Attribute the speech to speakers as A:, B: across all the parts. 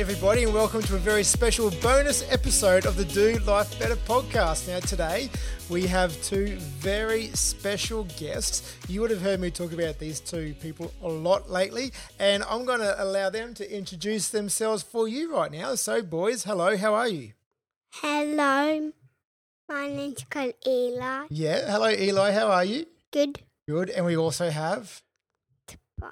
A: everybody, and welcome to a very special bonus episode of the Do Life Better podcast. Now, today we have two very special guests. You would have heard me talk about these two people a lot lately, and I'm going to allow them to introduce themselves for you right now. So, boys, hello, how are you?
B: Hello, my name's called Eli.
A: Yeah, hello, Eli, how are you?
B: Good.
A: Good, and we also have.
B: Bye.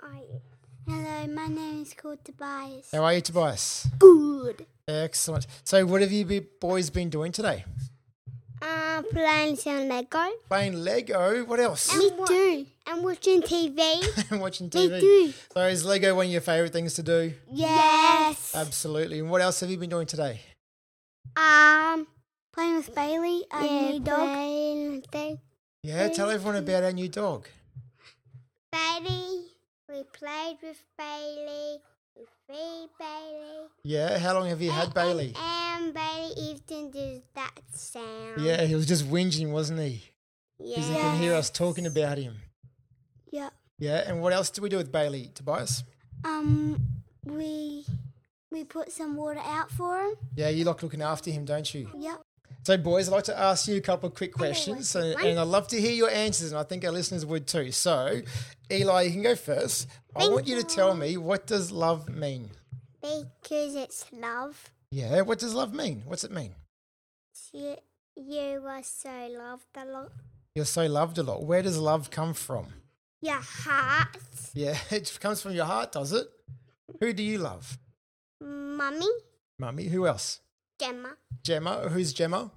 B: Hello, my name is called Tobias.
A: How are you, Tobias?
B: Good.
A: Excellent. So, what have you be- boys been doing today?
B: Uh, playing some Lego.
A: Playing Lego. What else?
B: Me too. And watching TV.
A: and watching
B: Me
A: TV.
B: too.
A: So is Lego one of your favourite things to do?
B: yes.
A: Absolutely. And what else have you been doing today?
B: Um, playing with Bailey, a new dog. Bailey.
A: Yeah, tell everyone about our new dog.
B: Bailey. We played with Bailey. We feed Bailey.
A: Yeah, how long have you had Bailey?
B: And, and Bailey even did that sound.
A: Yeah, he was just whinging, wasn't he? Because he can hear us talking about him.
B: Yeah.
A: Yeah, and what else do we do with Bailey, Tobias?
B: Um, we we put some water out for him.
A: Yeah, you like looking after him, don't you?
B: Yep.
A: So, boys, I'd like to ask you a couple of quick questions, and,
B: one.
A: and I'd love to hear your answers, and I think our listeners would too. So, Eli, you can go first. I want you to tell me what does love mean?
B: Because it's love.
A: Yeah, what does love mean? What's it mean?
B: You you are so loved a lot.
A: You're so loved a lot. Where does love come from?
B: Your heart,
A: Yeah, it comes from your heart, does it? Who do you love?
B: mummy,
A: Mummy. Who else?
B: Gemma,
A: Gemma. Who's Gemma?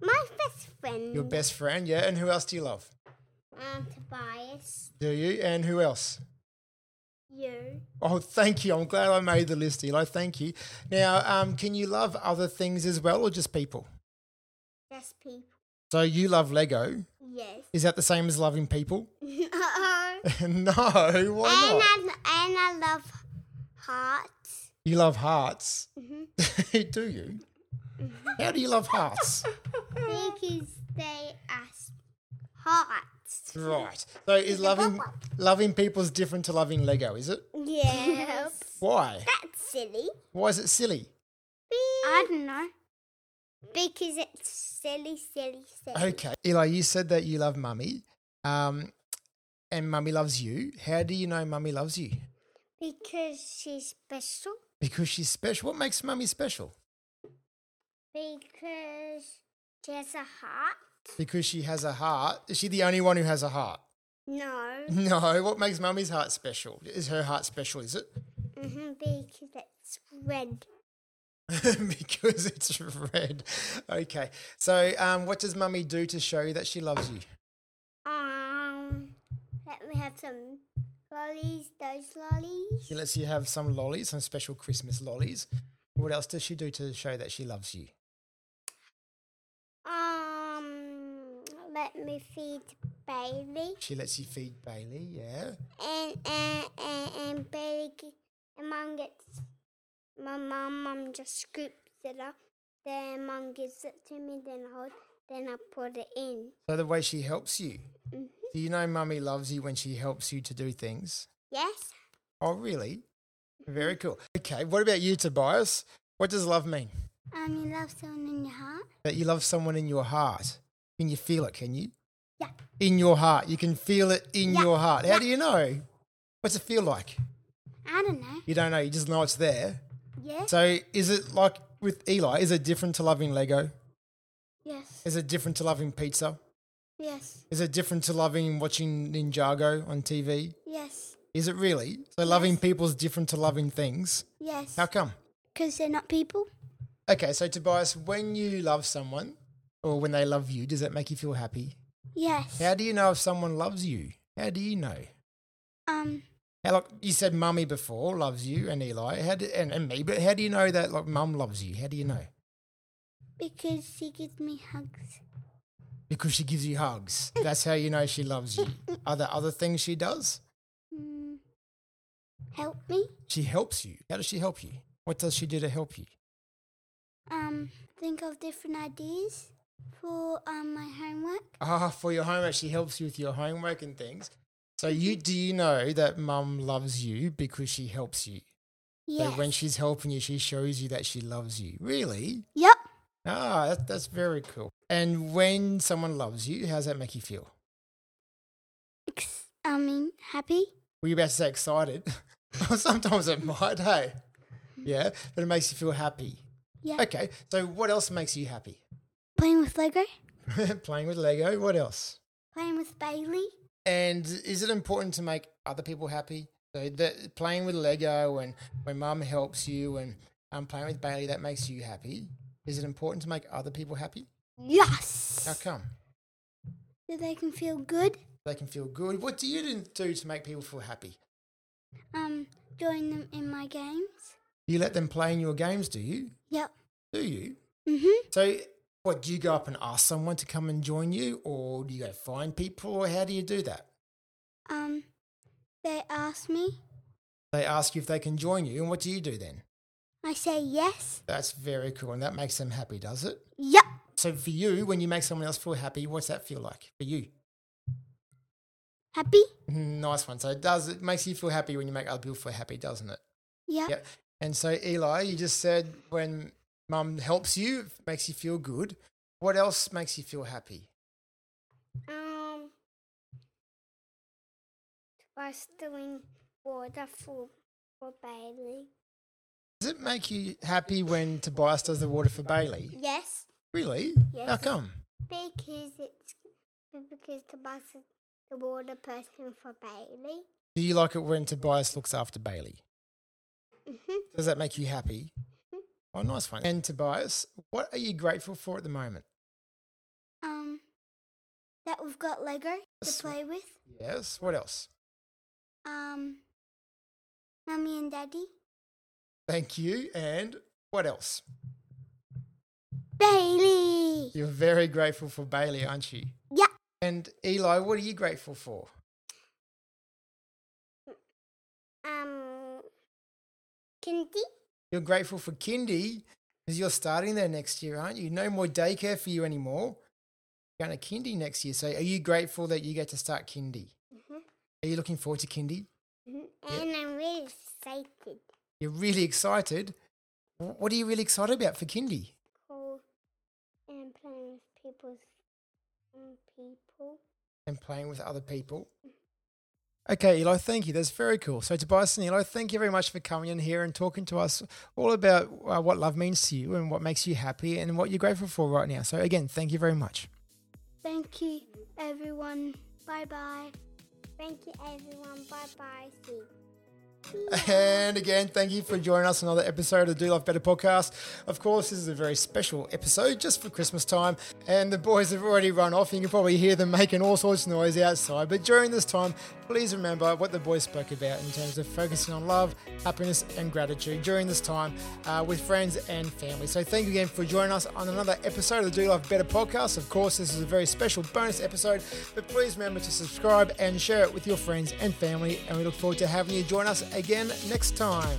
B: my best friend,
A: Your best friend. Yeah, and who else do you love?
B: and Tobias,
A: Do you? And who else?
B: you.
A: Oh, thank you. I'm glad I made the list, Eli. Thank you. Now, um, can you love other things as well, or just people?
B: Best people.
A: So you love Lego.
B: Yes.
A: Is that the same as loving people?
B: Uh-oh.
A: no. Why
B: And
A: not?
B: I and I love hearts.
A: You love hearts.
B: Mhm.
A: do you? How do you love hearts?
B: Because they are s- hearts.
A: Right. So is loving loving people's different to loving Lego, is it?
B: Yes.
A: Why?
B: That's silly.
A: Why is it silly?
B: I don't know. Because it's silly, silly, silly.
A: Okay. Eli, you said that you love mummy. Um and mummy loves you. How do you know mummy loves you?
B: Because she's special.
A: Because she's special. What makes mummy special?
B: Because she has a heart.
A: Because she has a heart. Is she the only one who has a heart?
B: No.
A: No. What makes mummy's heart special? Is her heart special, is it?
B: hmm Because it's red.
A: because it's red. Okay. So um, what does mummy do to show you that she loves you?
B: Um, let me have some lollies. Those lollies.
A: She lets you have some lollies, some special Christmas lollies. What else does she do to show that she loves you?
B: Um, let me feed Bailey.
A: She lets you feed Bailey, yeah.
B: and and and, and Bailey ge- and mom gets my mom mom just scoops it up. Then mom gives it to me. Then I hold. Then I put it in.
A: So the way she helps you.
B: Mhm.
A: Do you know mummy loves you when she helps you to do things?
B: Yes.
A: Oh, really?
B: Mm-hmm.
A: Very cool. Okay, what about you, Tobias? What does love mean?
B: Um, you love someone in your heart.
A: That you love someone in your heart. Can you feel it? Can you?
B: Yeah.
A: In your heart. You can feel it in
B: Yeah,
A: your heart. How
B: yeah.
A: do you know? What's it feel like?
B: I don't know.
A: You don't know. You just know it's there.
B: Yes.
A: So is it like with Eli? Is it different to loving Lego?
B: yes.
A: Is it different to loving pizza?
B: Yes.
A: Is it different to loving watching Ninjago on TV?
B: Yes.
A: Is it really? So loving people's different to loving things.
B: Yes.
A: How come?
B: Because they're not people.
A: Okay, so Tobias, when you love someone or when they love you, does that make you feel happy?
B: Yes.
A: How do you know if someone loves you? How do you know?
B: Um.
A: How, like, you said mummy before loves you and Eli how do, and, and me, but how do you know that like mum loves you? How do you know?
B: Because she gives me hugs.
A: Because she gives you hugs. That's how you know she loves you. Are there other things she does?
B: Mm. Help me.
A: She helps you. How does she help you? What does she do to help you?
B: um, think of different ideas for um, my homework.
A: Ah, for your homework, she helps you with your homework and things. So you do you know that mum loves you because she helps you?
B: Yes.
A: But when she's helping you, she shows you that she loves you. Really?
B: yep.
A: Ah, that, that's very cool. And when someone loves you, how's that make you feel?
B: Ex- I mean, happy.
A: Were you about to say excited? Sometimes it might, hey? Yeah, but it makes you feel happy.
B: Yeah.
A: Okay, so what else makes you happy?
B: Playing with Lego.
A: Playing with Lego, what else?
B: Playing with Bailey.
A: And is it important to make other people happy? So that playing with Lego and when mum helps you and um, playing with Bailey, that makes you happy. Is it important to make other people happy?
B: Yes.
A: How come?
B: So they can feel good.
A: They can feel good. What do you do to make people feel happy?
B: Um, join them in my games.
A: You let them play in your games, do you?
B: Yep.
A: Do you?
B: Mhm.
A: So, what do you go up and ask someone to come and join you, or do you go find people, or how do you do that?
B: Um, they ask me.
A: They ask you if they can join you, and what do you do then?
B: I say yes.
A: That's very cool, and that makes them happy, does it?
B: Yep.
A: So, for you, when you make someone else feel happy, what's that feel like for you?
B: Happy.
A: Mm, Nice one. So, it does it makes you feel happy when you make other people feel happy, doesn't it?
B: Yep.
A: Yep. And so, Eli, you just said when mum helps you, it makes you feel good. What else makes you feel happy?
B: Um, twice doing water for for Bailey.
A: Does it make you happy when Tobias does the water for Bailey?
B: Yes.
A: Really? How
B: Yes.
A: come?
B: Because it's because the bus is the water person for Bailey.
A: Do you like it when Tobias looks after Bailey?
B: Mhm.
A: Does that make you happy? Oh, nice one. And Tobias, what are you grateful for at the moment?
B: Um, that we've got Lego to
A: Yes.
B: play with.
A: Yes. What else?
B: Um, mummy and daddy.
A: Thank you. And what else?
B: Bailey.
A: You're very grateful for Bailey, aren't you?
B: Yeah.
A: And Eli, what are you grateful for?
B: Um, Kindy.
A: You're grateful for Kindy because you're starting there next year, aren't you? No more daycare for you anymore. You're going to Kindy next year. So are you grateful that you get to start Kindy?
B: Mhm.
A: Are you looking forward to Kindy?
B: Mhm. And I'm really excited.
A: You're really excited. Wh- What are you really excited about for Kindy?
B: Cool. And playing with people's um, people.
A: and playing with other people. Okay, Eli, thank you. That's very cool. So, Tobias and Eli, thank you very much for coming in here and talking to us all about uh, what love means to you and what makes you happy and what you're grateful for right now. So, again, thank you very much.
B: Thank you, everyone. Bye bye. Thank you, everyone. Bye bye. See.
A: And again, thank you for joining us on another episode of the Do Life Better podcast. Of course, this is a very special episode just for Christmas time, and the boys have already run off. You can probably hear them making all sorts of noise outside. But during this time, please remember what the boys spoke about in terms of focusing on love, happiness, and gratitude during this time uh, with friends and family. So, thank you again for joining us on another episode of the Do Life Better podcast. Of course, this is a very special bonus episode, but please remember to subscribe and share it with your friends and family. And we look forward to having you join us again next time.